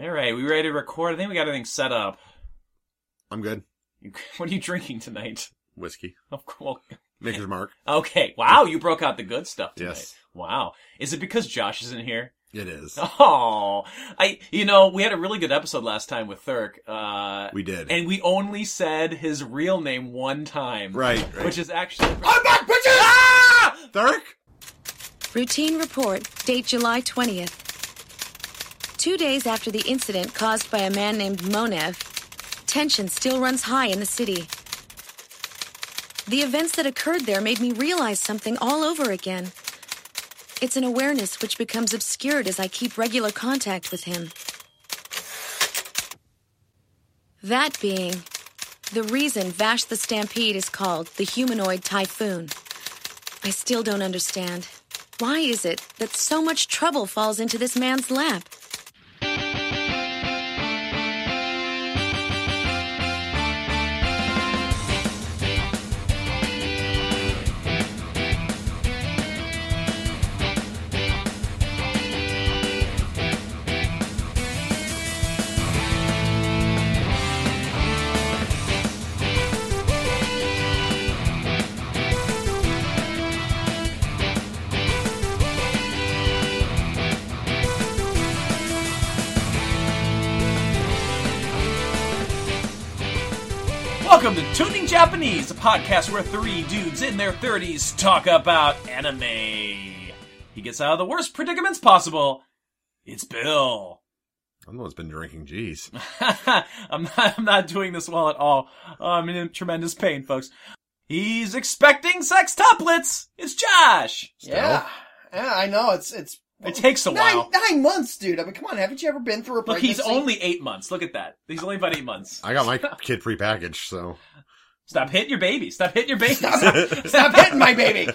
All right, we ready to record? I think we got everything set up. I'm good. You- What are you drinking tonight? Whiskey. Of course. Maker's Mark. Okay. Wow, you broke out the good stuff tonight. Yes. Wow. Is it because Josh isn't here? It is. Oh, I. You know, we had a really good episode last time with Thurk, uh, We did. and we only said his real name one time, right, right. Which is actually Ah! I'm back, bitches! Thurk? Routine report, date July 20th. Two days after the incident caused by a man named Monev, tension still runs high in the city. The events that occurred there made me realize something all over again. It's an awareness which becomes obscured as I keep regular contact with him. That being, the reason Vash the Stampede is called the humanoid typhoon. I still don't understand. Why is it that so much trouble falls into this man's lap? Welcome to Tuning Japanese, a podcast where three dudes in their 30s talk about anime. He gets out of the worst predicaments possible. It's Bill. I'm the one's been drinking. Jeez. I'm not, I'm not doing this well at all. Oh, I'm in tremendous pain, folks. He's expecting sextuplets. It's Josh. Yeah, yeah, I know. It's it's It takes a nine, while. nine months, dude. I mean, come on, haven't you ever been through a Look, he's pregnancy? only eight months. Look at that. He's only about eight months. I got my kid prepackaged, so. Stop hitting your baby. Stop hitting your baby. stop hitting my baby.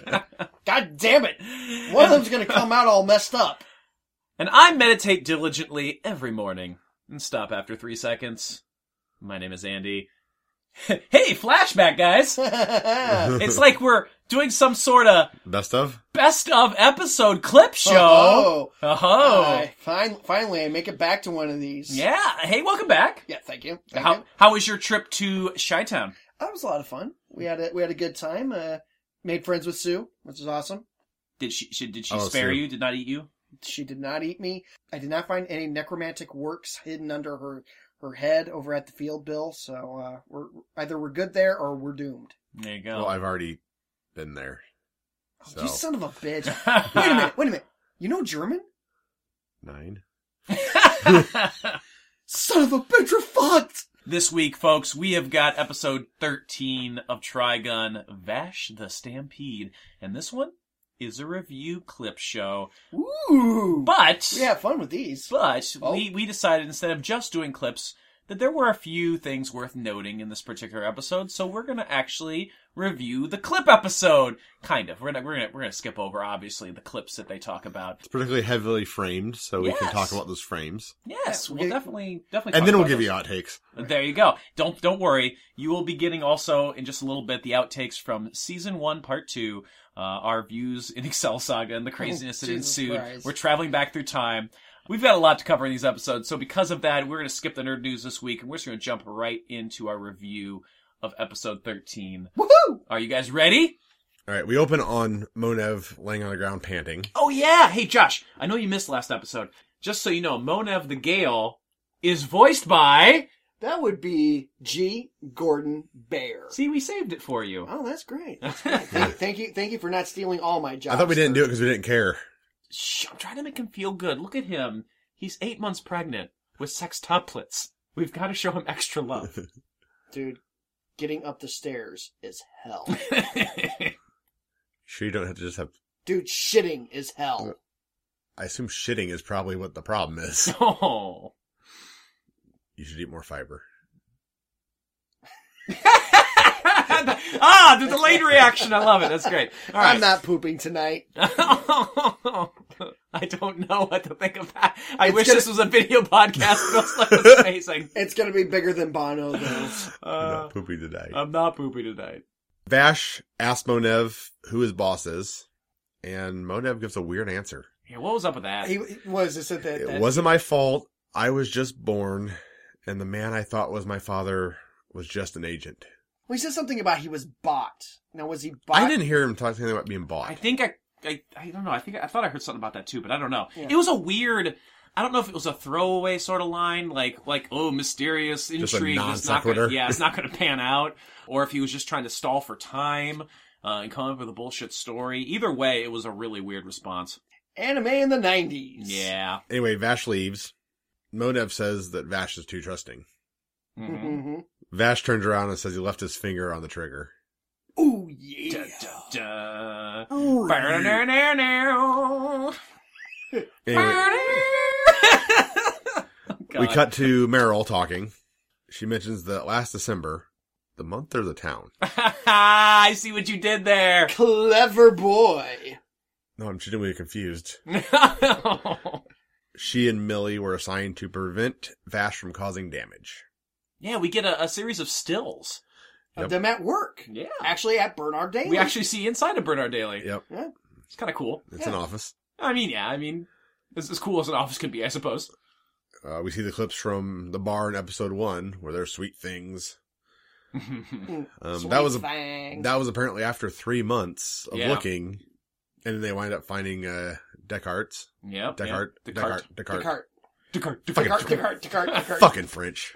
God damn it! One of them's gonna come out all messed up. And I meditate diligently every morning and stop after three seconds. My name is Andy. hey, flashback, guys! it's like we're doing some sort of Best of? best of episode clip show. Oh, Oh, I- fin- finally, I make it back to one of these. yeah. Hey, welcome back. yeah. Thank you. Thank How you. how was your trip to Chi Town? That was a lot of fun. We had a we had a good time. Uh, made friends with Sue, which is awesome. Did she, she did she Oh, spare so- you? Did not eat you? She did not eat me. I did not find any necromantic works hidden under her her head over at the field bill. So uh, we're either we're good there or we're doomed. There you Well, go. I've already been there. So. Oh, You son of a bitch. wait a minute, wait a minute. You know German? Nine? Son of a bitch, you're fucked! This week, folks, we have got episode 13 of Trigun Vash the Stampede. And this one is a review clip show. Ooh. But, we have fun with these. but Oh. we, we decided instead of just doing clips that there were a few things worth noting in this particular episode. So we're going to actually review the clip episode. Kind of. We're going to, we're going to, we're going to skip over, obviously, the clips that they talk about. It's particularly heavily framed, so we can Yes. talk about those frames. Yes, Yeah, we'll we- definitely, definitely. And talk then we'll about give those. you hot takes. There you go. Don't don't worry. You will be getting also in just a little bit the outtakes from season one, part two, uh, our views in Excel Saga and the craziness Oh, that Jesus ensued. Christ. We're traveling back through time. We've got a lot to cover in these episodes, so because of that, we're going to skip the nerd news this week, and we're just going to jump right into our review of episode thirteen. Woohoo! Are you guys ready? All right, we open on Monev laying on the ground panting. Oh yeah. Hey Josh, I know you missed last episode. Just so you know, Monev the Gale is voiced by. That would be G. Gordon Bear. See, we saved it for you. Oh, that's great. That's great. thank, thank you, thank you for not stealing all my jobs. I thought we didn't do it because we didn't care. Shh, I'm trying to make him feel good. Look at him. He's eight months pregnant with sextuplets. We've got to show him extra love. dude. Getting up the stairs is hell, Sure, you don't have to just have. dude. Shitting is Uh, hell. I assume shitting is probably what the problem is. oh. You should eat more fiber. ah, the delayed reaction. I love it. That's great. All right. I'm not pooping tonight. I don't know what to think of that. I It's wish gonna- this was a video podcast. Bill's like, it's amazing. It's gonna be bigger than Bono though. I'm Uh, not pooping today. I'm not poopy tonight. Vash asks Monev who his boss is, and Monev gives a weird answer. Yeah, what was up with that? He was this at that. It that- wasn't my fault. I was just born, and the man I thought was my father was just an agent. Well, he said something about he was bought. Now, was he bought? I didn't hear him talk to anything about being bought. I think I, I, I don't know. I think I thought I heard something about that too, but I don't know. Yeah. It was a weird. I don't know if it was a throwaway sort of line, like like oh mysterious Just a intrigue. non that's not gonna, sequitur. yeah, it's not going to pan out, or if he was just trying to stall for time uh, and come up with a bullshit story. Either way, it was a really weird response. Anime in the 90s. Yeah. Anyway, Vash leaves. Monev says that Vash is too trusting. Mhm. Mm-hmm. Vash turns around and says he left his finger on the trigger. Ooh, yeah. Duh. Ooh, yeah. Ba-da-da-da-da. Anyway, we Ah, God. cut to Meryl talking. She mentions that last December, the month or the town. I see what you did there. Clever boy. No, I'm genuinely confused. She and Millie were assigned to prevent Vash from causing damage. yeah, we get a, a series of stills. Of Yep. them at work. Yeah. Actually, at Bernard Daly. We actually see inside of Bernard Daly. Yep, It's kind of cool. it's an office. I mean, yeah, I mean, it's as cool as an office can be, I suppose. Uh, we see the clips from the bar in episode one where there's sweet things. Um, that was a, thing. that was apparently after three months of Yeah. looking, and then they wind up finding uh, Descartes. yep. Descartes, Yep. Descartes, Descartes, Descartes. Descartes. Descartes. Descartes, Descartes, Descartes, Descartes. Fucking French.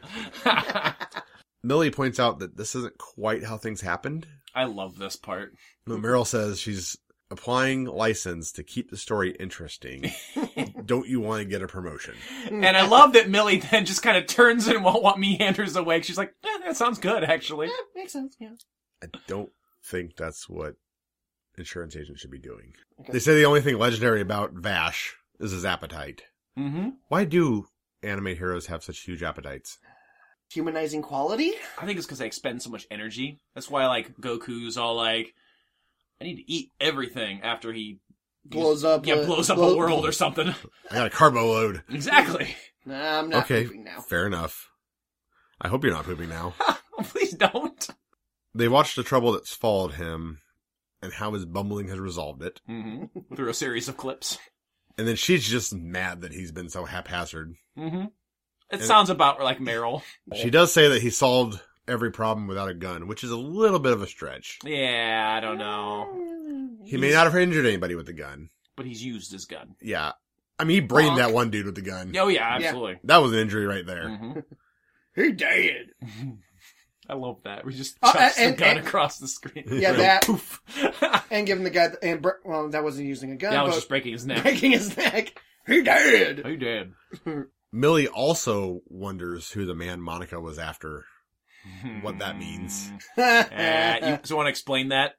Millie points out that this isn't quite how things happened. I love this part. But Meryl says she's applying license to keep the story interesting. Don't you want to get a promotion? Mm. And I love that Millie then just kind of turns and won't want meanders away. She's like, eh, that sounds good, actually. Yeah, makes sense, yeah. I don't think that's what insurance agents should be doing. Okay. They say the only thing legendary about Vash is his appetite. Mm-hmm. Why do anime heroes have such huge appetites? Humanizing quality? I think it's because I expend so much energy. That's why, like, Goku's all like, I need to eat everything after he Blows up yeah a- blows up blow- a world or something. I got a carbo load. exactly. Nah, I'm not okay, pooping now. fair enough. I hope you're not pooping now. Oh, Please don't. they watched the trouble that's followed him and how his bumbling has resolved it. Mm-hmm. Through a series of clips. And then she's just mad that he's been so haphazard. Mm-hmm. It sounds about like Meryl. She does say that he solved every problem without a gun, which is a little bit of a stretch. Yeah, I don't know, He may not have injured anybody with the gun. but he's used his gun. Yeah. I mean, he brained Bonk. that one dude with the gun. Oh yeah, Yeah. absolutely. That was an injury right there. Mhm. He did. I love that. We just Oh, chucks and- and- the gun and- across the screen. Yeah, that. Poof. that And giving the guy, the, and, Br- well, that wasn't using a gun, was but just breaking his neck. breaking his neck. He did. Who did? Millie also wonders who the man Monica was after. What that means. Uh, you so want to explain that?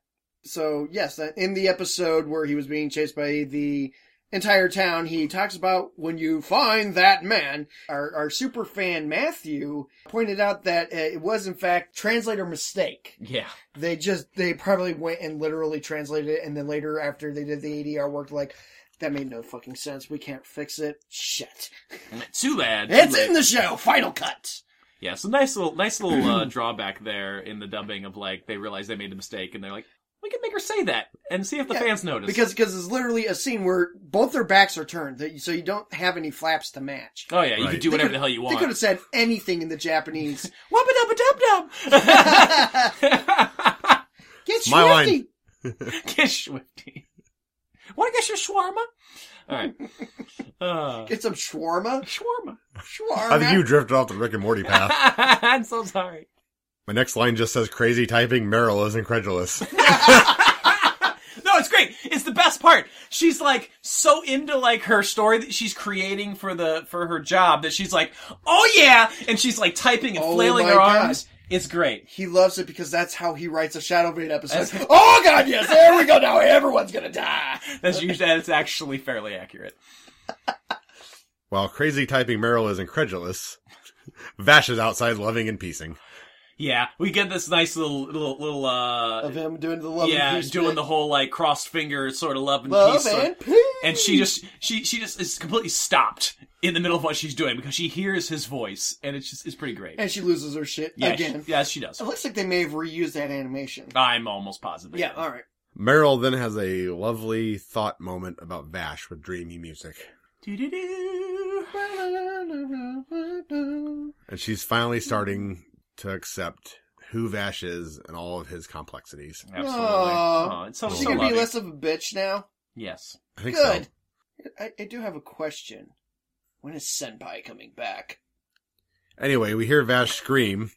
so yes, uh, in the episode where he was being chased by the entire town, he talks about when you find that man. Our, our super fan Matthew pointed out that uh, it was in fact translator mistake. Yeah. They just they probably went and literally translated it, and then later after they did the ADR work, like that made no fucking sense. We can't fix it. Shit. Too bad. Too It's late. in the show. Final cut. Yeah, so nice little nice little uh, drawback there in the dubbing of like they realize they made a mistake and they're like, we can make her say that and see if the Yeah, fans notice. Because because it's literally a scene where both their backs are turned, that- so you don't have any flaps to match. oh yeah, you Right. can do They whatever could- the hell you They could want. have said anything in the Japanese. Wubba dubba dub Get My line. shifty. dub. Get swifty. Want to get your shawarma? All right. Uh, Get some shawarma. shawarma. Shawarma. I think you drifted off the Rick and Morty path. I'm so sorry. My next line just says crazy typing. Meryl is incredulous. no, it's great. It's the best part. She's like so into like her story that she's creating for the for her job that she's like, "Oh yeah." And she's like typing and Oh flailing my her God. arms. It's great. He loves it because that's how he writes a Shadow Blade episode. That's- oh god, yes, there we go. Now everyone's gonna die. That's usually that's actually fairly accurate. While crazy typing Meryl is incredulous, Vash is outside loving and piecing. Yeah, we get this nice little little little uh Of him doing the love. yeah, and peace doing bit. the whole like crossed finger sort of love and love peace sort- and peace. and she just she she just is completely stopped in the middle of what she's doing because she hears his voice and it's just it's pretty great. and she loses her shit yeah, again. Oh. She, yes, she does. It looks like they may have reused that animation. I'm almost positive. yeah, all right. Meryl then has a lovely thought moment about Vash with dreamy music. Doo-doo-doo. And she's finally starting to accept who Vash is and all of his complexities. Absolutely. Aw. Aw, it's so, Is She so can be loving. less of a bitch now. Yes. I think Good. so. I, I do have a question. When is Senpai coming back? Anyway, we hear Vash scream,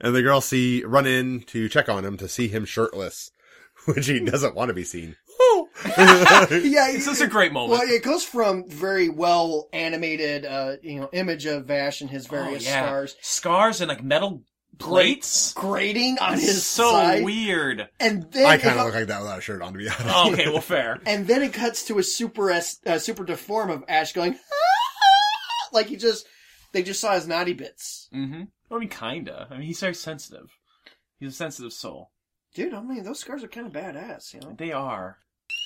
and the girls see run in to check on him to see him shirtless, which he doesn't want to be seen. Yeah, This is a great moment. Well, it goes from very well animated, uh, you know, image of Vash and his various Oh, yeah. stars Scars and like metal plates. grating on It's his so side, weird. and then I it kind go- of look like that without a shirt on, to be honest. Oh, Okay, well, fair. and then it cuts to a super es- uh, super deform of Ash going like he just they just saw his naughty bits, Mm-hmm. I mean, kinda. I mean, he's very sensitive. He's a sensitive soul. dude. I mean, those scars are kind of badass, you know. They are.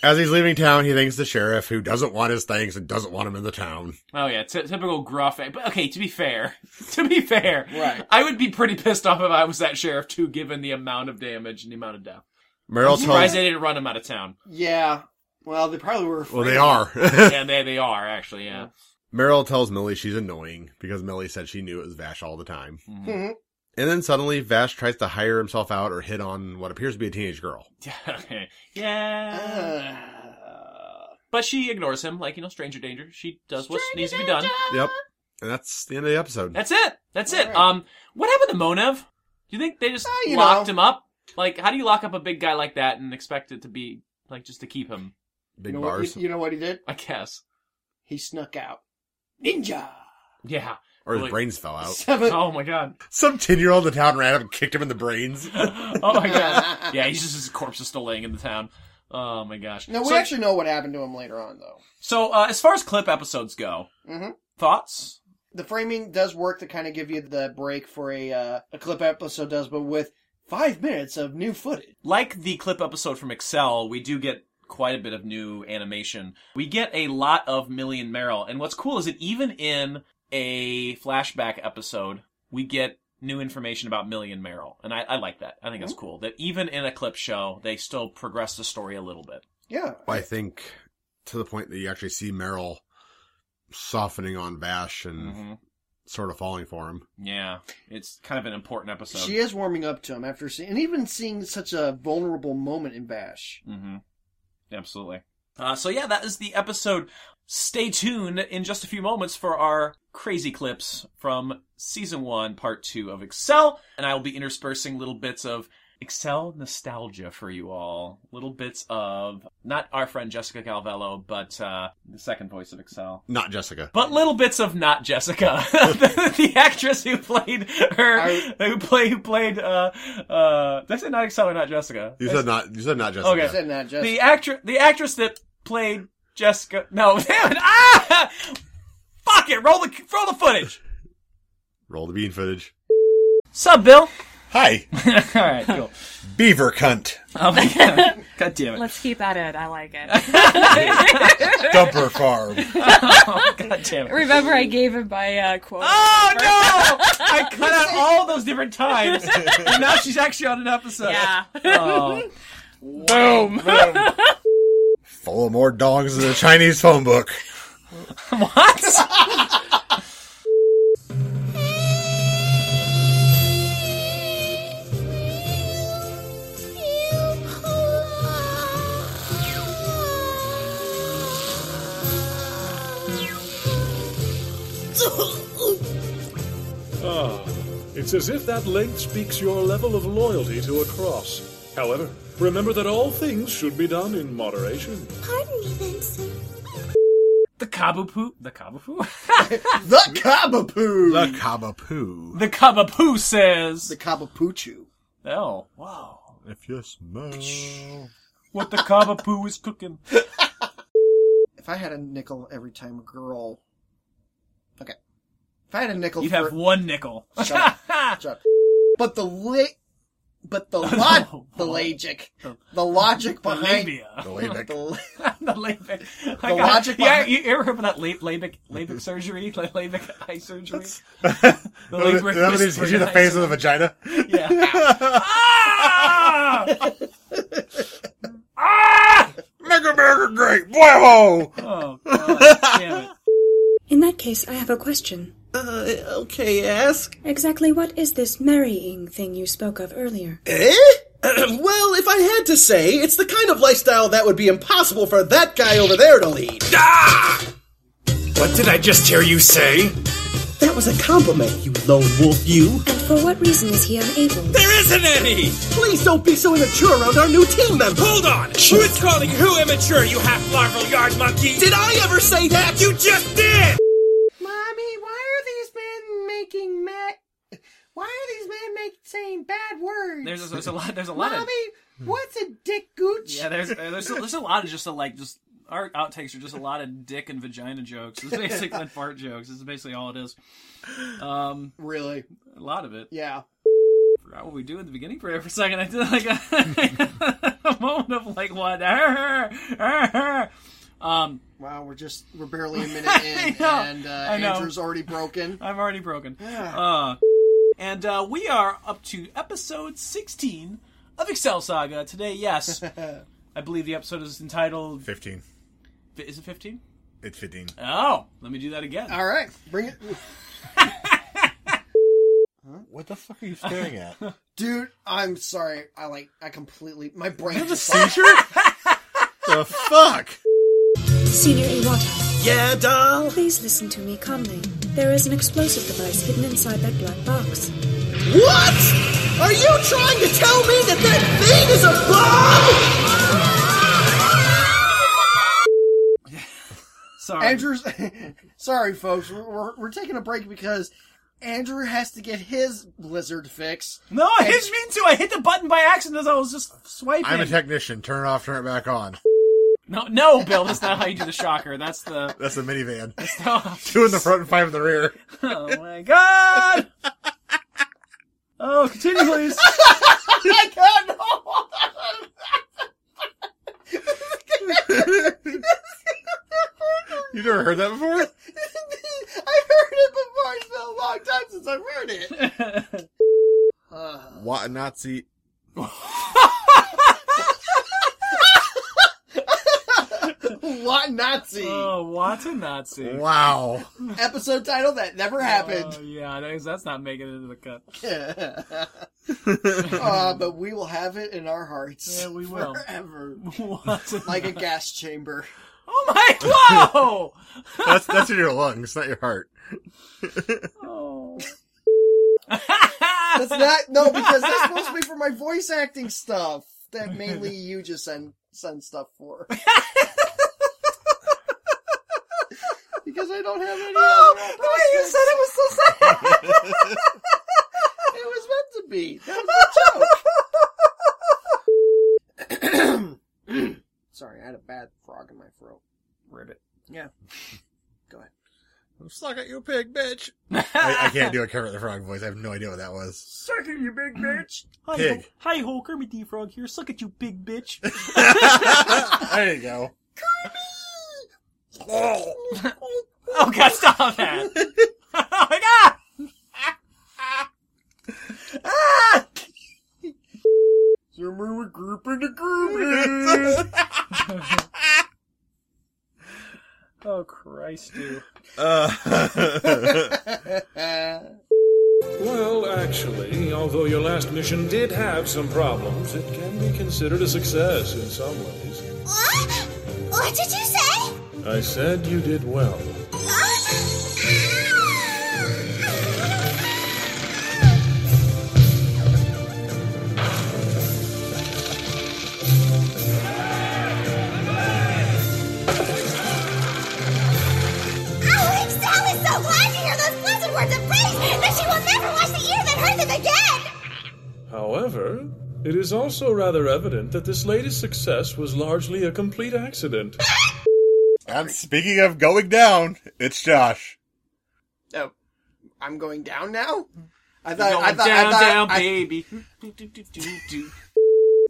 As he's leaving town, he thanks the sheriff, who doesn't want his thanks and doesn't want him in the town. Oh yeah, t- typical gruff. But okay, to be fair, to be fair, Right. I would be pretty pissed off if I was that sheriff too, given the amount of damage and the amount of death. Meryl Surprised tells, they didn't run him out of town. Yeah. Well, they probably were. well, afraid. they are. yeah, they they are actually. Yeah. Meryl tells Millie she's annoying because Millie said she knew it was Vash all the time. Mm-hmm. Mhm. And then suddenly Vash tries to hire himself out or hit on what appears to be a teenage girl. okay. Yeah. Uh, but she ignores him, like you know, stranger danger. She does what needs to be done. Yep. And that's the end of the episode. That's it. That's it. All right. Um, what happened to Monev? Do you think they just Uh, you locked know. him up? Like, how do you lock up a big guy like that and expect it to be like just to keep him? Big you know bars. What, you, you know what he did? I guess. He snuck out. Ninja. Yeah. or his Like- brains fell out. Seven. Oh my god. Some 10 year old in the town ran up and kicked him in the brains. oh my god. Yeah, he's just his corpse is still laying in the town. Oh my gosh. No, we so, actually know what happened to him later on, though. so uh, as far as clip episodes go, Mhm. thoughts? The framing does work to kind of give you the break for a uh, a clip episode does, but with five minutes of new footage. Like the clip episode from Excel, we do get quite a bit of new animation. We get a lot of Millie and Meryl, and what's cool is that even in a flashback episode, we get new information about Millie and Meryl, and I, I like that. I think that's cool. That even in a clip show, they still progress the story a little bit. Yeah. I think to the point that you actually see Meryl softening on Vash and Mm-hmm. sort of falling for him. Yeah, it's kind of an important episode. She is warming up to him after seeing, and even seeing such a vulnerable moment in Bash. Mm-hmm. Absolutely. Uh, so yeah, that is the episode. Stay tuned in just a few moments for our crazy clips from season one, part two of Excel, and I will be interspersing little bits of Excel nostalgia for you all. Little bits of not our friend Jessica Calvello, but uh, the second voice of Excel. Not Jessica. But little bits of not Jessica, the, the actress who played her, I- who play who played. Uh, uh, did I say not Excel or not Jessica? You I said not. You said not Jessica. Okay. I said not just. the actress, the actress that played Jessica. No, damn it! Ah, fuck it. Roll the roll the footage. Roll the bean footage. Sup, Bill? Hi, All right, cool. Beaver cunt. Oh my god. God damn it. Let's keep at it. I like it. Dumper farm. Oh, god damn it. Remember, I gave him my uh, quote. Oh no! I cut out all those different times. And now she's actually on an episode. Yeah. Oh. Boom. Full of more dogs than a Chinese phone book. What? Oh, Ah, it's as if that link speaks your level of loyalty to a cross. However, remember that all things should be done in moderation. Pardon me, Benson. The Kabapoo? The Kabapoo? the Kabapoo! The Kabapoo. the Kabapoo says. The Kabapoochu. Oh, wow. If you smell. What the Kabapoo is cooking. If I had a nickel every time a girl. Okay. If I had a nickel You'd for. have one nickel. Shut Shut up. But the li- But the lot. the logic. The logic The behind. labia. The Labic. The la- the Labic. The logic Yeah, behind- you ever heard about that lab- Labic, Labic surgery? La- Labic eye surgery? The Remember Labic they- remember they teach you the face of the vagina? Yeah. ah! ah! Make America great! Bravo! Oh, God. Damn it. In that case, I have a question. Uh, okay, ask. Exactly what is this marrying thing you spoke of earlier? Eh? well, if I had to say, it's the kind of lifestyle that would be impossible for that guy over there to lead. Ah! What did I just hear you say? That was a compliment, you lone wolf, you. And for what reason is he unable? There isn't any! Please don't be so immature around our new team member. Hold on! Who is calling who immature, you half larval yard monkey? Did I ever say that? you just did! Mommy, why are these men making ma- Why are these men make saying bad words? There's a, there's a lot. There's a lot of Mommy, what's a dick gooch? yeah. There's there's a, there's a lot of just a, like just our outtakes are just a lot of dick and vagina jokes. It's basically and fart jokes. It's basically all it is. Um, Really? a lot of it. Yeah. forgot what we do in the beginning for for a second. I did like a, a moment of like what? Um, Wow, we're just we're barely a minute in, know, and uh, I know. Andrew's already broken. I'm already broken. Uh, and uh, we are up to episode 16 of Excel Saga today. Yes, I believe the episode is entitled. 15. Is it 15? It's 15. Oh, let me do that again. All right, bring it, What the fuck are you staring at? dude. I'm sorry. I like I completely my brain the just seizure? the fuck? Senior Iwata, Yeah, doll? please listen to me calmly. There is an explosive device hidden inside that black box. What? Are you trying to tell me that that thing is a bomb? Sorry. Andrew's. sorry, folks. We're, we're we're taking a break because Andrew has to get his blizzard fix. No, I didn't mean to. I hit the button by accident as I was just swiping. I'm a technician. Turn it off, turn it back on. no, no, Bill, that's not how you do the shocker. That's the. That's the minivan. Oh, Two in the front and five in the rear. my god! Oh, continue, please. I can't. hold on. You never heard that before? I heard it before. It's been a long time since I've heard it. What a Nazi. What Nazi? Oh, what a Nazi. Wow. Episode title that never Oh, happened. yeah, that is- that's not making it into the cut. Uh, but we will have it in our hearts. Oh, Yeah, we will. Forever. What? a- Like a gas chamber. oh my! Whoa! That's that's in your lungs, not your heart. Oh. That's not no, because that's supposed to be for my voice acting stuff that mainly you just send send stuff for. because I don't have any. other Oh, the way you prospects. said it was so sad. It was meant to be. That was the joke. Sorry, I had a bad frog in my throat. Ribbit. Yeah. Go ahead. I'm stuck at you, pig, bitch. I, I can't do a Kermit the Frog voice. I have no idea what that was. Suck it, you big bitch. Hi, Pig. Ho- hi, ho, Kermit the Frog here. Suck at you, big bitch. There you go. oh god, stop that! oh my god! Remember we group into group. Oh Christ, dude. Uh, Well, actually, although your last mission did have some problems, it can be considered a success in some ways. What? What did you say? I said you did well. Oh, Excel is so glad to hear those pleasant words of praise that she will never wash the ear that heard them again. However, it is also rather evident that this latest success was largely a complete accident. and speaking of going down, it's Josh. Oh, I'm going down now. I thought. Going I thought. down, I thought. down, I- baby. Do, do, do, do, do.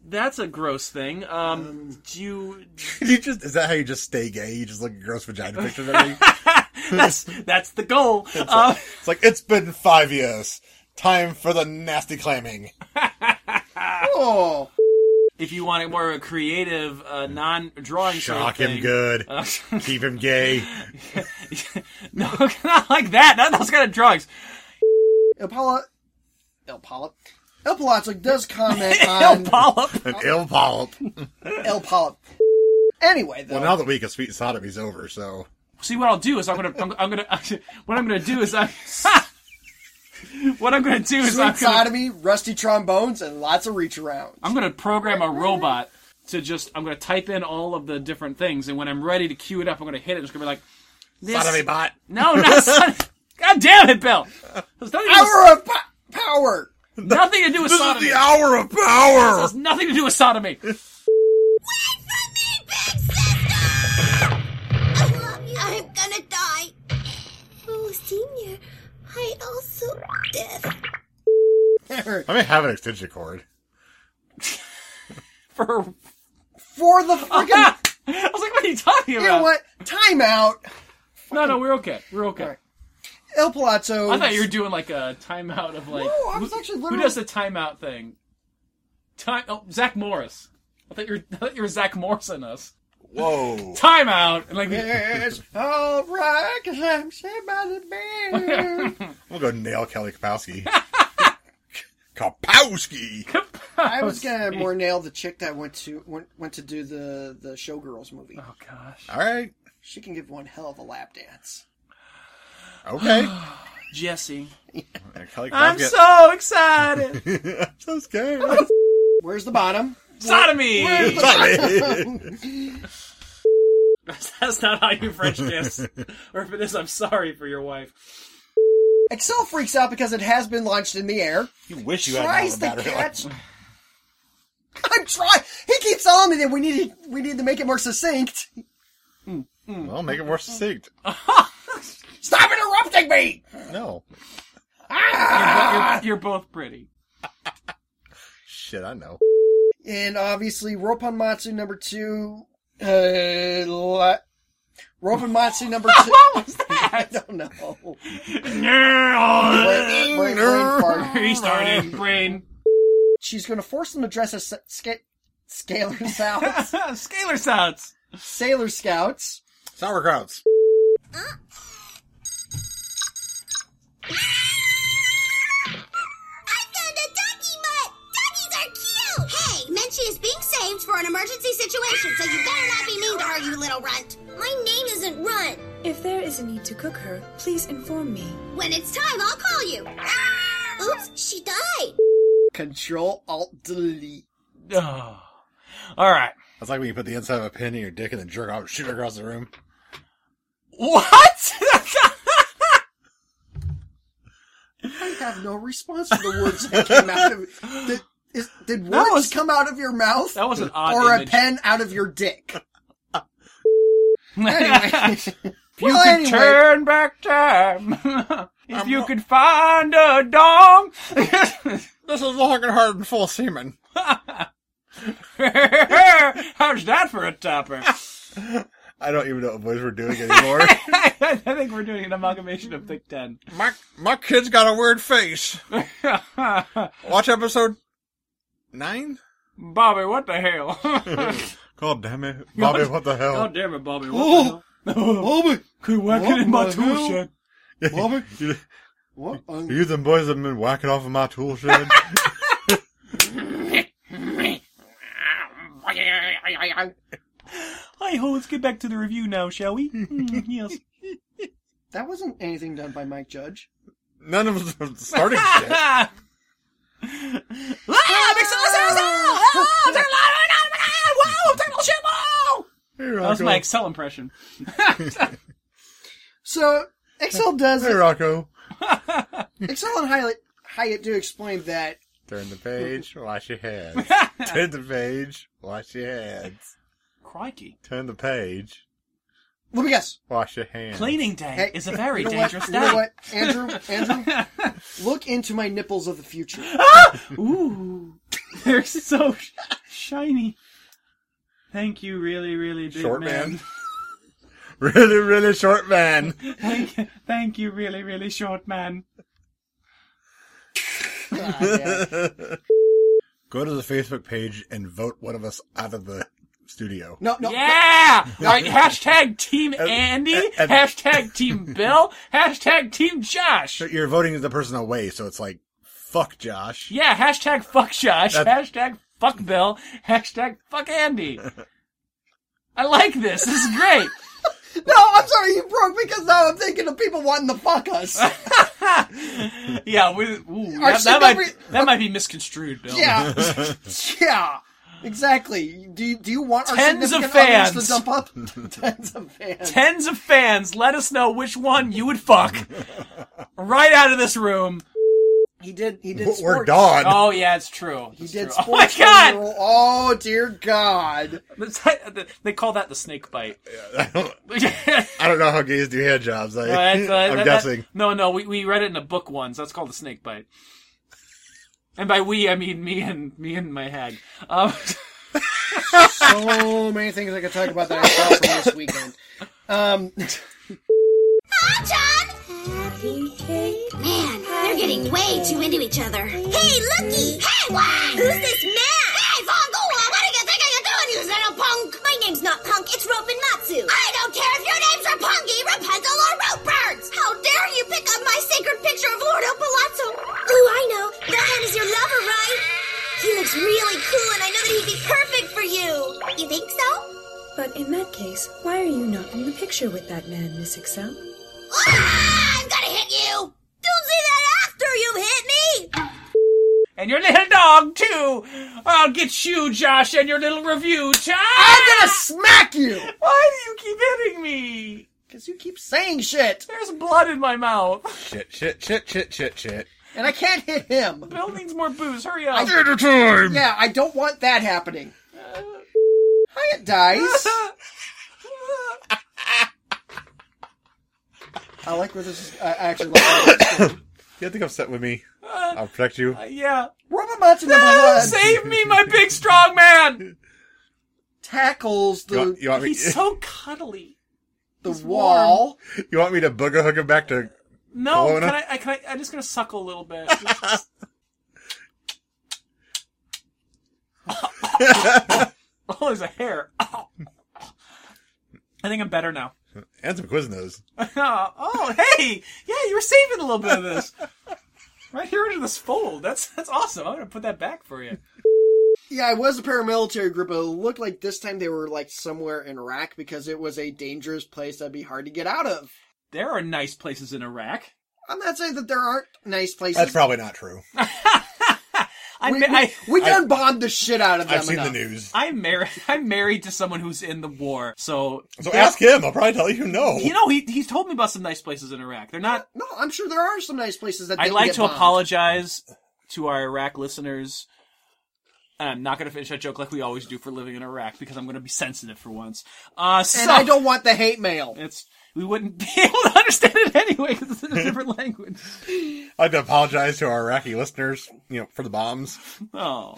That's a gross thing. Um, do you? You just is that how you just stay gay? You just look at gross vagina pictures. and everything? That's that's the goal. Um, It's like it's been five years. Time for the nasty clamming. oh, if you want it more of a creative, uh, non-drawing sort of Shock him thing, good. Keep him gay. No, not like that. Not those kind of drugs. El Pala, El Pala, El Palazzo does comment El on polyp. An ill polyp. El Pala. Anyway, though, Well, now the week of sweet sodomy's over, so See what I'll do is I'm gonna I'm, I'm gonna what I'm gonna do is I what I'm gonna do is I'm sweet gonna sodomy, rusty trombones, and lots of reach around. I'm gonna program a robot to just I'm gonna type in all of the different things and when I'm ready to queue it up I'm gonna hit it. It's gonna be like this. sodomy bot. No, not son- God damn it, Bill. There's nothing, to do with- Hour of po- power. nothing to do with This is sodomy. the hour of power. There's nothing to do with sodomy. I love you. Uh, I'm gonna die. Oh, senior, I also death. I may have an extension cord. For For the freaking. I was like, what are you talking about? you know what? Time out. No, no, we're okay. We're okay. Alright. El Palazzo. I thought you were doing like a timeout of like. No, I was who- actually Who literally- does the timeout thing? Time. Oh, Zach Morris. I thought you were. I thought you were Zach Morris on us. Whoa. Timeout. And like, Yes, all right, cause I'm saved by the band. We'll go nail Kelly Kapowski. Kapowski. I was gonna more nail the chick that went to went, went to do the the showgirls movie. oh gosh. All right. She can give one hell of a lap dance. Okay. Jesse. Kelly I'm Kapowski- so excited. I'm so scared. Where's the bottom? Sodomy. Sorry. That's not how you French kiss. or if it is, I'm sorry for your wife. Excel freaks out because it has been launched in the air. you wish you Tries had more to battery life. catch. I'm trying. He keeps telling me that we need to, we need to make it more succinct. Well, make it more succinct. Stop interrupting me. No. You're, you're both pretty. Shit, I know. And obviously, Ropponmatsu number two. Uh, la- Ropponmatsu number two. what was that? I don't know. Brain- brain- brain fart. he started brain. She's going to force them to dress as sa- sca- Scaler Scouts. Scalar sounds. Sailor Scouts. Sauerkrauts. Ah! I found a doggy mutt. Doggies are cute. Hey, Menchie is being saved for an emergency situation, so you better not be mean to her, you little runt. My name isn't Runt. If there is a need to cook her, please inform me. When it's time, I'll call you. Ah! Oops, she died. Control Alt Delete. Oh. All right. That's like when you put the inside of a pin in your dick and then jerk out and shoot it across the room. What? I have no response to the words that came out of. Did, is, did words was- come out of your mouth? that was an odd or image. a pen out of your dick. If you Well, could anyway. turn back time, if you could find a dong. This is long and hard and full of semen. How's that for a topper? I don't even know what boys were doing anymore. I think we're doing an amalgamation of Thick Ten. my my kid's got a weird face. Watch episode nine Bobby, what the hell? God damn it, Bobby! What the hell? God damn it, Bobby. What Oh, the hell? Bobby! Could whack it in my tool shed. Bobby! you, What? you them boys have been whacking off of my tool shed. Hi ho, let's get back to the review now, shall we? Mm, yes. That wasn't anything done by Mike Judge. None of them starting shit. Ah! Ah, mix it, listen, listen! Ah, take a lot of it out, oh my God! Wow, take a little shit, wow! Hey, Rocco. That was my Excel impression. So Excel does Hey, Rocco. Excel and Hyatt, Hyatt do explain that Turn the page. Wash your hands. Turn the page. Wash your hands. Crikey. Turn the page. let me guess. Wash your hands. Cleaning day Hey, is a very you know what? dangerous You know day. what, Andrew? Andrew, look into my nipples of the future. Ooh, they're so sh- shiny. Thank you, really, really big Short man. Really, really short man. Thank, thank you, really, really short man. God, yeah. Go to the Facebook page and vote one of us out of the studio. No, no. Yeah! All right, hashtag Team And- Andy, and- hashtag Team Bill, hashtag Team Josh. But You're voting the person away, so it's like, fuck Josh. Yeah, hashtag fuck Josh, That's- hashtag fuck Bill, hashtag fuck Andy. I like this. This is great. No, I'm sorry, you broke because now I'm thinking of people wanting to fuck us. Oh. Yeah, we, ooh, Our that, that might, significant- that might be misconstrued, Bill. yeah. yeah. Exactly. Do you, do you want our Tens of significant others fans. to dump up? Tens of fans. Tens of fans, let us know which one you would fuck right out of this room. He did. He did. W- We're sports. gone. Oh, yeah, it's true. He It's did. true. Sports Oh, my God! funeral. Oh dear God! That's- They call that the snake bite. I, don't, That's- I don't know how gays do hand jobs. I, that's- I'm that- guessing. no, no, we, we read it in a book once. That's called the snake bite. And by we, I mean me and me and my hag. Um, So many things I could talk about that I saw from this weekend. Um, Hi, John! Man, they're getting way too into each other. Hey, looky! Hey, why? Who's this man? Hey, Fongo! What do you think you're doing, you little punk? My name's not Punk, it's Ropin Matsu. I don't care if your names are Punky, Rapunzel, or Ropeburns! How dare you pick up my sacred picture of Lord El Palazzo! Ooh, I know. That man is your lover, right? He looks really cool, and I know that he'd be perfect for you. You think so? But in that case, why are you not in the picture with that man, Miss Excel? Ah, I'm gonna hit you! Don't say that after you've hit me! and your little dog too. I'll get you, Josh, and your little review. Josh! I'm gonna smack you Why do you keep hitting me? because you keep saying shit, There's blood in my mouth. Shit, shit, shit, shit, shit, shit. and I can't hit him. Bill needs more booze. Hurry up. Yeah, I don't want that happening. Hi, Dice. I like where this is. uh, I actually like where this is going. You have to come sit with me. Uh, I'll protect you. yeah. Robomatsu number Oh, one save me, my big strong man. tackles You want, the you want me? He's so cuddly. the wall. You want me to booger hook him back to? No, Hello, can Anna? I, I? Can I? I'm just gonna suckle a little bit. oh, there's a hair. I think I'm better now. And some Quiznos. oh, hey, yeah, you were saving a little bit of this. Right here under this fold. That's that's awesome. I'm gonna put that back for you. Yeah, it was a paramilitary group, but it looked like this time they were like somewhere in Iraq because it was a dangerous place that'd be hard to get out of. There are nice places in Iraq. I'm not saying that there aren't nice places. That's probably not true. I, we, ma- I, we, we done bombed the shit out of them. I've seen the enough. news. I'm married. I'm married to someone who's in the war. So, So ask him. I'll probably tell you no. you know, he he's told me about some nice places in Iraq. They're not. No, I'm sure there are some nice places that I'd didn't like get to bombed. apologize to our Iraq listeners. And I'm not going to finish that joke like we always do for living in Iraq because I'm going to be sensitive for once. Uh, so And I don't want the hate mail. It's we wouldn't be able to understand it anyway because it's in a different language. I'd like to apologize to our Iraqi listeners, you know, for the bombs. Oh,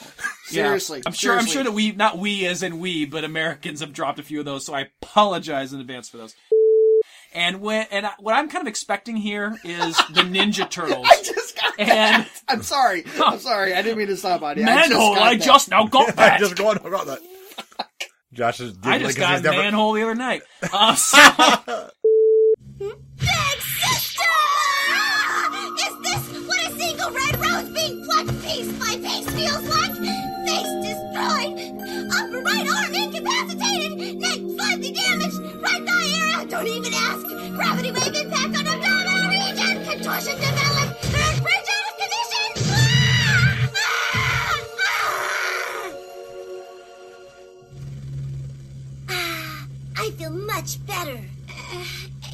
Yeah. Seriously, I'm sure. I'm seriously. sure that we, not we as in we, but Americans have dropped a few of those. So I apologize in advance for those. And when and I, what I'm kind of expecting here is the Ninja Turtles. I just got And- that. I'm sorry. I'm sorry. I didn't mean to stop on you. I just manhole. got I that. just now got I that. just going about that. Josh is I giggling just 'cause got he's never- manhole the other night. Uh, so- Big sister! Ah, Is this what a single red rose being plucked piece by piece feels like? Face destroyed, upper right arm incapacitated, neck slightly damaged, right thigh area, don't even ask. Gravity wave impact on abdominal region, contortion developed, third bridge out of condition! Ah! Ah! Ah! Ah, I feel much better. Uh,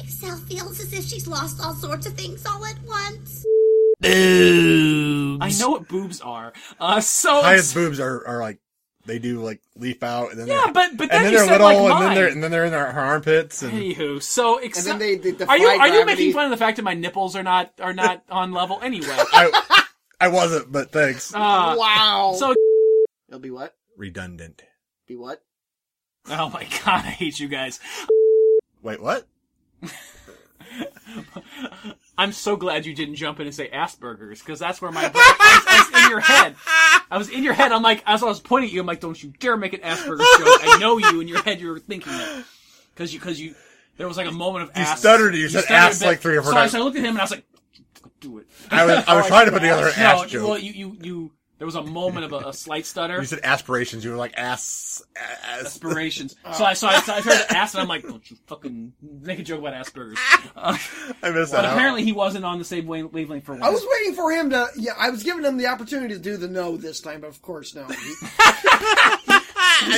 Excel feels as if she's lost all sorts of things all at once. I know what boobs are. Uh, so Highest boobs are, are like they do like leap out and then Yeah, they're- but- but then and then you they're said, little like, and then they're mine. and then they're in their, her armpits and Anywho, so except, they- they defy are you are you gravity. making fun of the fact that my nipples are not are not on level anyway? I I wasn't, but thanks. Uh, Wow. so it'll be what? Redundant. Be what? oh my god, I hate you guys. Wait, what? I'm so glad you didn't jump in and say Asperger's because that's where my brain, I, was, I was in your head. I was in your head. I'm like, as I was pointing at you, I'm like, don't you dare make an Asperger's joke. I know you in your head. You were thinking that because you because you there was like a moment of You ass. stuttered, you said stuttered ass a bit. like three or four so I- times. So I looked at him and I was like, do it. I was- I was trying to put together an ass no, joke. Well, you you you there was a moment of a, a slight stutter. You said aspirations. You were like ass, ass. aspirations. So I so I, so I started to ask, and I'm like, don't you fucking make a joke about Asperger's. Uh, I missed but that out. apparently he wasn't on the same wave- wavelength for once. I was waiting for him to. Yeah, I was giving him the opportunity to do the no this time, but of course no, I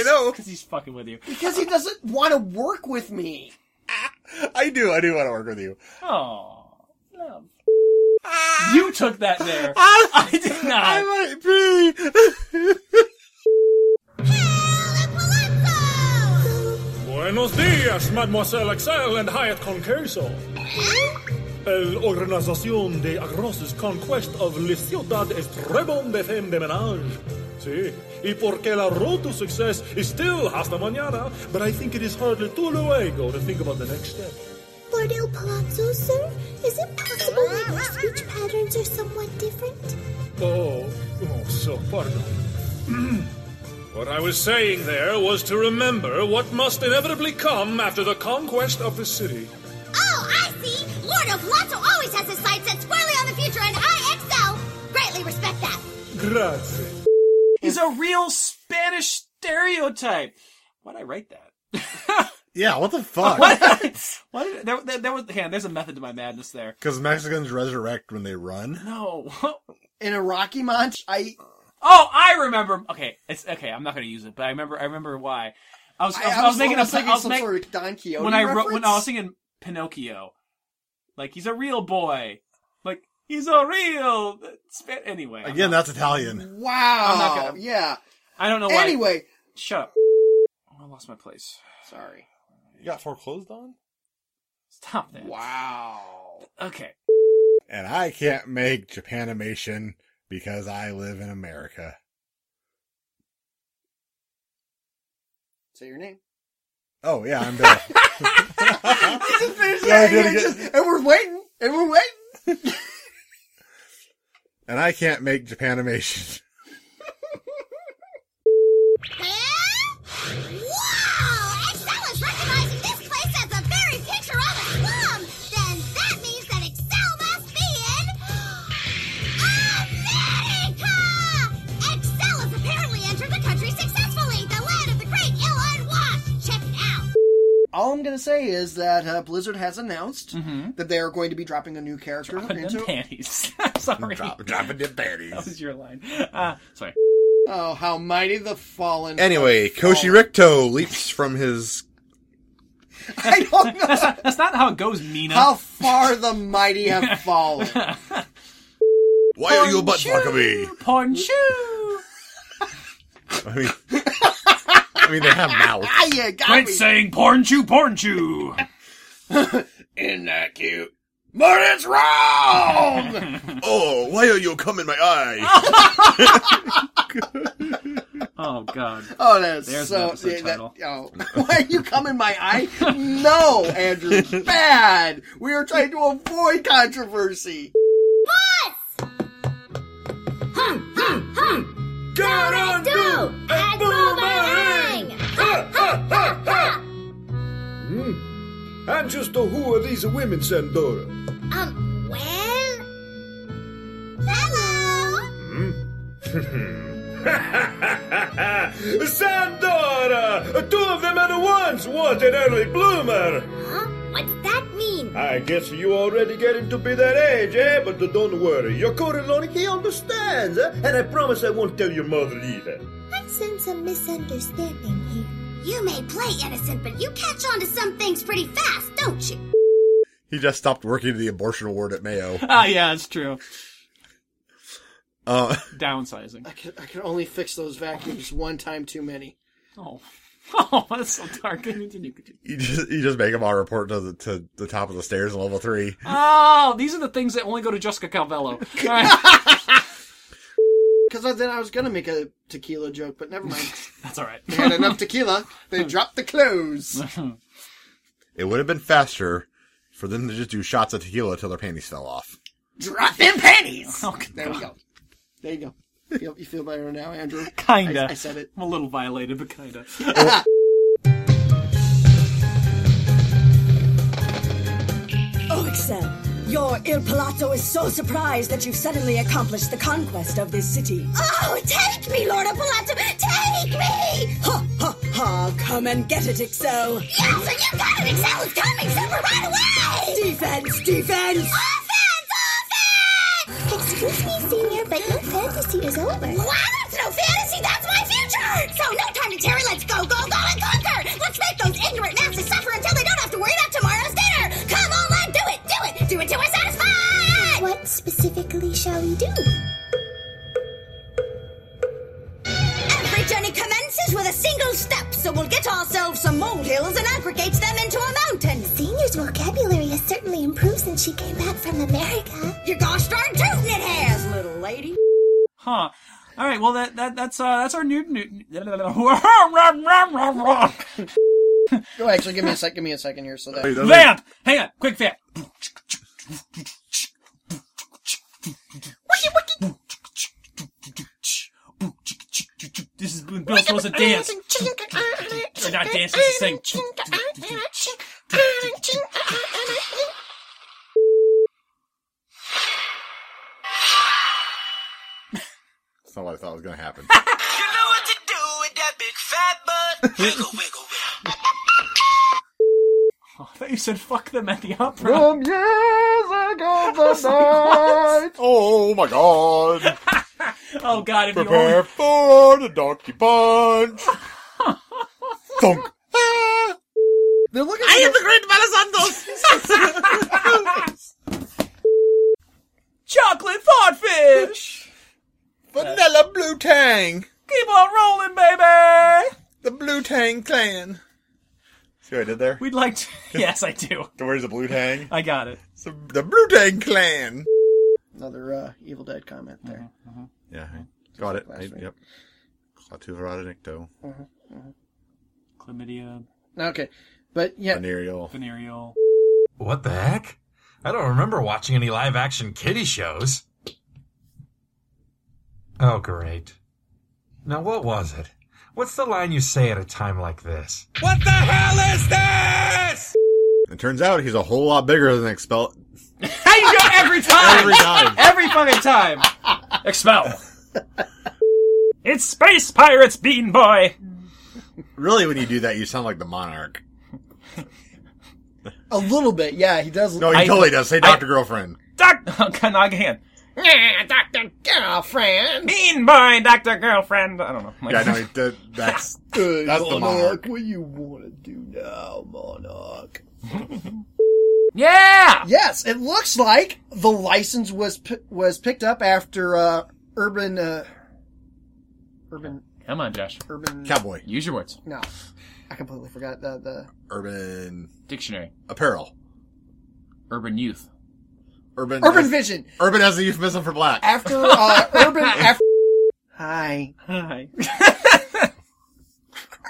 know because he's fucking with you. because he doesn't want to work with me. I do. I do want to work with you. Oh, Ah. you took that there. I did not. I might be. Buenos dias, Mademoiselle Excel and Hyatt Conqueso. El Organización de Agroses Conquest of la Ciudad es Trebón de Femme de Menage. Sí, y porque la road to success is still hasta mañana, but I think it is hardly too luego to think about the next step. Bordel Palazzo, sir? Is it possible that my speech patterns are somewhat different? Oh, oh, so pardon. what I was saying there was to remember what must inevitably come after the conquest of the city. Oh, I see. Lord of Lotto always has his sights set squarely on the future, and I excel. Greatly respect that. Grazie. He's a real Spanish stereotype. Why'd I write that? Yeah. What the fuck? What? what? There, there, there was. Yeah, there's a method to my madness there. Because Mexicans resurrect when they run. No. In a Rocky Mount, I Oh, I remember. Okay, it's okay. I'm not gonna use it, but I remember. I remember why. I was. I, was, I was making a. almost thinking I was some make- sort of Don Quixote when I wrote reference. when I was singing Pinocchio, like he's a real boy, like he's a real. Sp- Anyway, I'm Again, not- that's Italian. Wow. I'm not gonna- yeah. I don't know why. Anyway. shut up. Oh, I lost my place. Sorry. You got foreclosed on? Stop that. Wow. Okay. And I can't make Japanimation because I live in America. Say your name. Oh yeah, I'm Bill. It's just finished Yeah, I saying did it, again. just- and we're waiting. And we're waiting. and I can't make Japanimation. Whoa! Excel is recognizing this place as the very picture of a slum! Then that means that Excel must be in. America! Excel has apparently entered the country successfully, the land of the great ill unwashed! Check it out! All I'm gonna say is that uh, Blizzard has announced that they are going to be dropping a new character Dropping Mm-hmm. them into. panties. I'm sorry. Drop, dropping your That panties. was your line. Uh, sorry. Oh, how mighty the fallen! Anyway, have fallen. Koshi Ricto leaps from his. I don't know That's not, that's not how it goes, Mina. how far the mighty have fallen. Ah, Why are you butt fucking me? Ponchu. I mean, I mean, they have mouths. Ah, you got Quit me. saying Pornchu, Pornchu. Isn't that cute? but it's wrong. Oh, why are you coming my eye? Oh God. oh, that's There's an so. episode yeah, that- title. oh. Why are you coming my eye? No, Andrew, bad. We are trying to avoid controversy. Hum, hum, hum! Get Do! And boomerang! Ha, ha, ha, ha! And just uh, who are these women, Sandora? Um, well? Hello! Sandora! Two of them at once! What an early bloomer! Huh? What's that mean? I guess you already getting to be that age, eh? But don't worry, your Korelonic, he understands, eh? And I promise I won't tell your mother either. I sense a misunderstanding here. You may play innocent, but you catch on to some things pretty fast, don't you? he just stopped working at the abortion ward at Mayo. Ah, yeah, it's true. Oh. Uh, Downsizing. I can, I can only fix those vacuums one time too many. Oh, oh, that's so dark. Continue, continue. you just you just make him all report to the to the top of the stairs in level three. Oh, these are the things that only go to Jessica Calvello. All right. Because then I was gonna make a tequila joke, but never mind. That's all right. They had enough tequila. They dropped the clothes. It would have been faster for them to just do shots of tequila till their panties fell off. Drop them panties. Oh, there we go. There you go. You feel, you feel better now, Andrew? Kinda. I, I said it. I'm a little violated, but kinda. Oxel, Oh, your Il Palazzo is so surprised that you've suddenly accomplished the conquest of this city. Oh, take me, Lord of Palazzo! Take me! Ha ha ha! Come and get it, Ixo! Yes, and you got it! Excel is coming! Super, right away! Defense! Defense! Offense! Offense! Excuse me, Senior, but your fantasy is over. What? It's no fantasy. That's my future. So no time to tarry. Let's go, go, go, and conquer. Let's make those ignorant masses suffer until they don't have to worry about tomorrow's dinner. Come on, lad, do it, do it, do it till we're satisfied. What specifically shall we do? Every journey commences with a single step, so we'll get ourselves some molehills and aggregate them into a mountain. Senior's vocabulary has certainly improved since she came back from America. You're gosh darn tootin' it has, little lady. Huh. All right. Well, that, that that's uh that's our new. new Oh, actually, give me a sec. Give me a second here. So that. Vamp! Hang on, quick vamp. Mm, This is when Bill's supposed to dance. Or not dance, it's sing. That's not what I thought was going to happen. You know what to do with that big fat butt. Wiggle, wiggle, Oh, I thought you said fuck them at the opera. From years ago, the night. Oh my god! Oh god, if you Prepare only... for the donkey punch! Thunk! Ah. They're looking. I am the great Chocolate fartfish! Vanilla Blue Tang! Keep on rolling, baby! The Blue Tang Clan! See what I did there? We'd like to... Yes, I do. Where's the Blue Tang? I got it. It's the, the Blue Tang Clan! Another uh, Evil Dead comment there. Mm-hmm. Yeah, I got it. I, Last week. yep. Clatuveronicto. Chlamydia, Okay, but yeah, Venereal. venereal. What the heck? I don't remember watching any live action kitty shows. Oh, great. Now, what was it? What's the line you say at a time like this? What the hell is this? It turns out he's a whole lot bigger than Expel. How you go every time? Every time. Every fucking time. Expel. it's Space Pirates Bean Boy. Really, when you do that, you sound like the Monarch. a little bit. Yeah, he does. No, he I- totally does. Say Dr. Girlfriend. Doc, oh, okay, no, I can't. Yeah, Doctor Girlfriend. Bean Boy, Doctor Girlfriend. I don't know. Like, Yeah, no, he did. That's. Hey, That's the Monarch. What you want to do now, Monarch? yeah. Yes, it looks like the license was p- was picked up after uh, urban, uh, urban, Come on, Josh. urban. Cowboy. Use your words. No, I completely forgot the the. Urban. Dictionary. Apparel. Urban youth. Urban. Urban Vision. Urban as a euphemism for black. After uh, Urban. After, hi. Hi.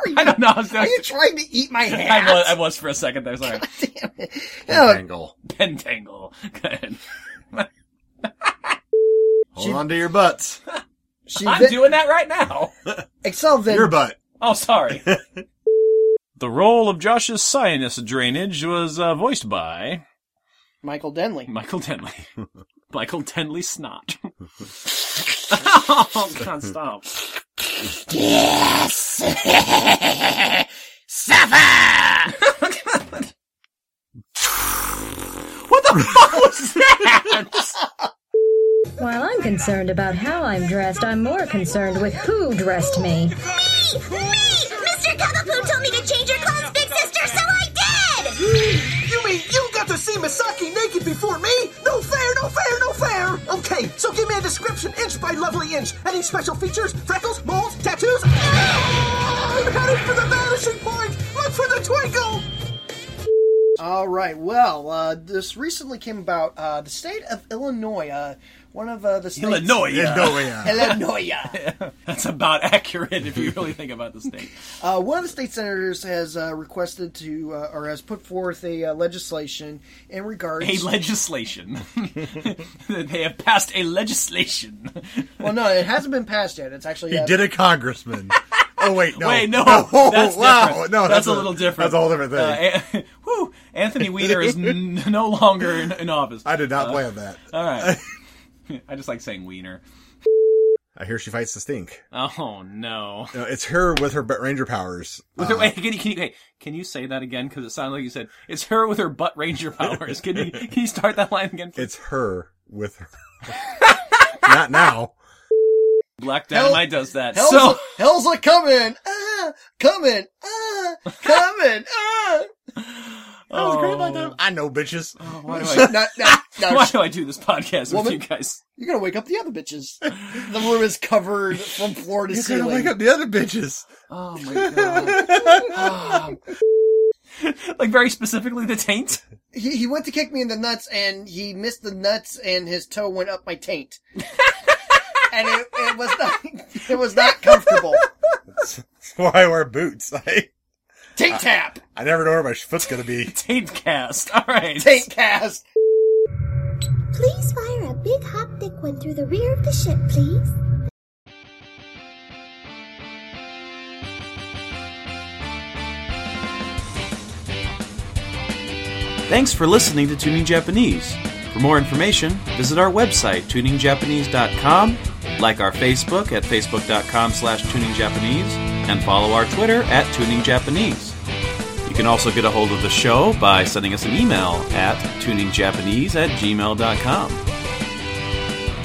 Are you, I don't know. I was, Are you trying to eat my I hand? was, I was for a second there. Sorry. Damn it. No, Angle. Pentangle. Good. Hold on to your butts. she I'm vi- doing that right now. Excel then. Your butt. Oh, sorry. The role of Josh's sinus drainage was uh, voiced by Michael Denley. Michael Tenley. Michael Tenley Snot. oh, God, stop. Yes! Suffer! What the fuck was that? While I'm concerned about how I'm dressed, I'm more concerned with who dressed me. Me! Me! Mr. Cuddlepoo told me to change your clothes, big sister, so I did! You mean you got to see Misaki naked before me? No fair, no fair, no fair! Okay, so give me a description inch by lovely inch. Any special features, freckles, moles, tattoos? I'm headed for the vanishing point! Look for the twinkle! All right. Well, uh, this recently came about. Uh, the state of Illinois uh, one of uh, the states. Illinois. Illinois. That's about accurate if you really think about the state. Uh, one of the state senators has uh, requested to, uh, or has put forth a uh, legislation in regards A legislation. they have passed a legislation. well, Oh, no, it hasn't been passed yet. It's actually He uh, did a congressman. oh wait, no, Wait, no, Oh, that's wow, different. no, that's, that's, a, little different. That's a whole different thing. Uh, An- whew, Anthony Weiner is n- no longer in, in office. I did not Uh, plan that. All right, I just like saying Weiner. I hear she fights the stink. Oh no! No, it's her with her Butt Ranger powers. Uh, With her, wait, can you, can you, hey, can you say that again? Because it sounded like you said it's her with her butt ranger powers. Can you can you start that line again? It's her with her. not now. Black Dynamite does that. Hell's, so hell's a coming, ah, coming, ah, coming, ah. That was great about that. I know bitches. oh, why do I- Not- not- not- why do I do this podcast Woman. with you guys? You're gonna wake up the other bitches. The room is covered from floor to You're ceiling. gonna wake up the other bitches. Oh my god! like very specifically the taint. He, he went to kick me in the nuts and he missed the nuts and his toe went up my taint. and it, it was not, it was not comfortable. That's why I wear boots. I, Taint tap! I never know where my foot's gonna be. Taint cast. All right. Taint cast! Please fire a big hot thick one through the rear of the ship, please. Thanks for listening to Tuning Japanese. For more information, visit our website, tuningjapanese.com, like our Facebook at facebook.com slash tuningjapanese, and follow our Twitter at tuningjapanese. You can also get a hold of the show by sending us an email at tuningjapanese at gmail.com.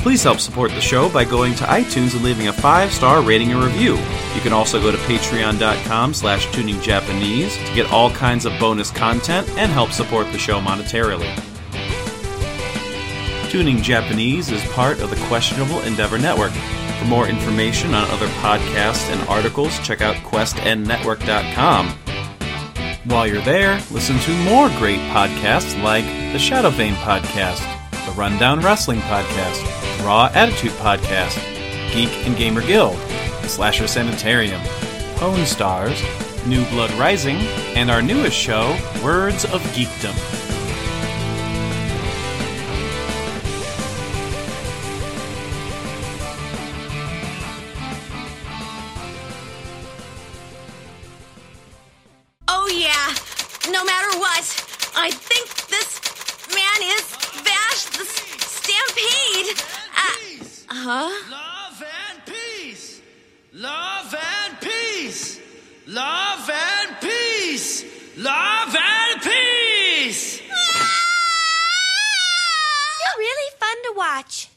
Please help support the show by going to iTunes and leaving a five-star rating and review. You can also go to patreon.com slash tuningjapanese to get all kinds of bonus content and help support the show monetarily. Tuning Japanese is part of the Questionable Endeavor Network. For more information on other podcasts and articles, check out questnnetwork.com. While you're there, listen to more great podcasts like the Shadow Vein Podcast, the Rundown Wrestling Podcast, Raw Attitude Podcast, Geek and Gamer Guild, the Slasher Sanitarium, Pwn Stars, New Blood Rising, and our newest show, Words of Geekdom. Oh, yeah. No matter what, I think this man is Vash the S- Stampede. Uh huh. Love and peace. Love and peace. Love and peace. Love and peace. You're really fun to watch.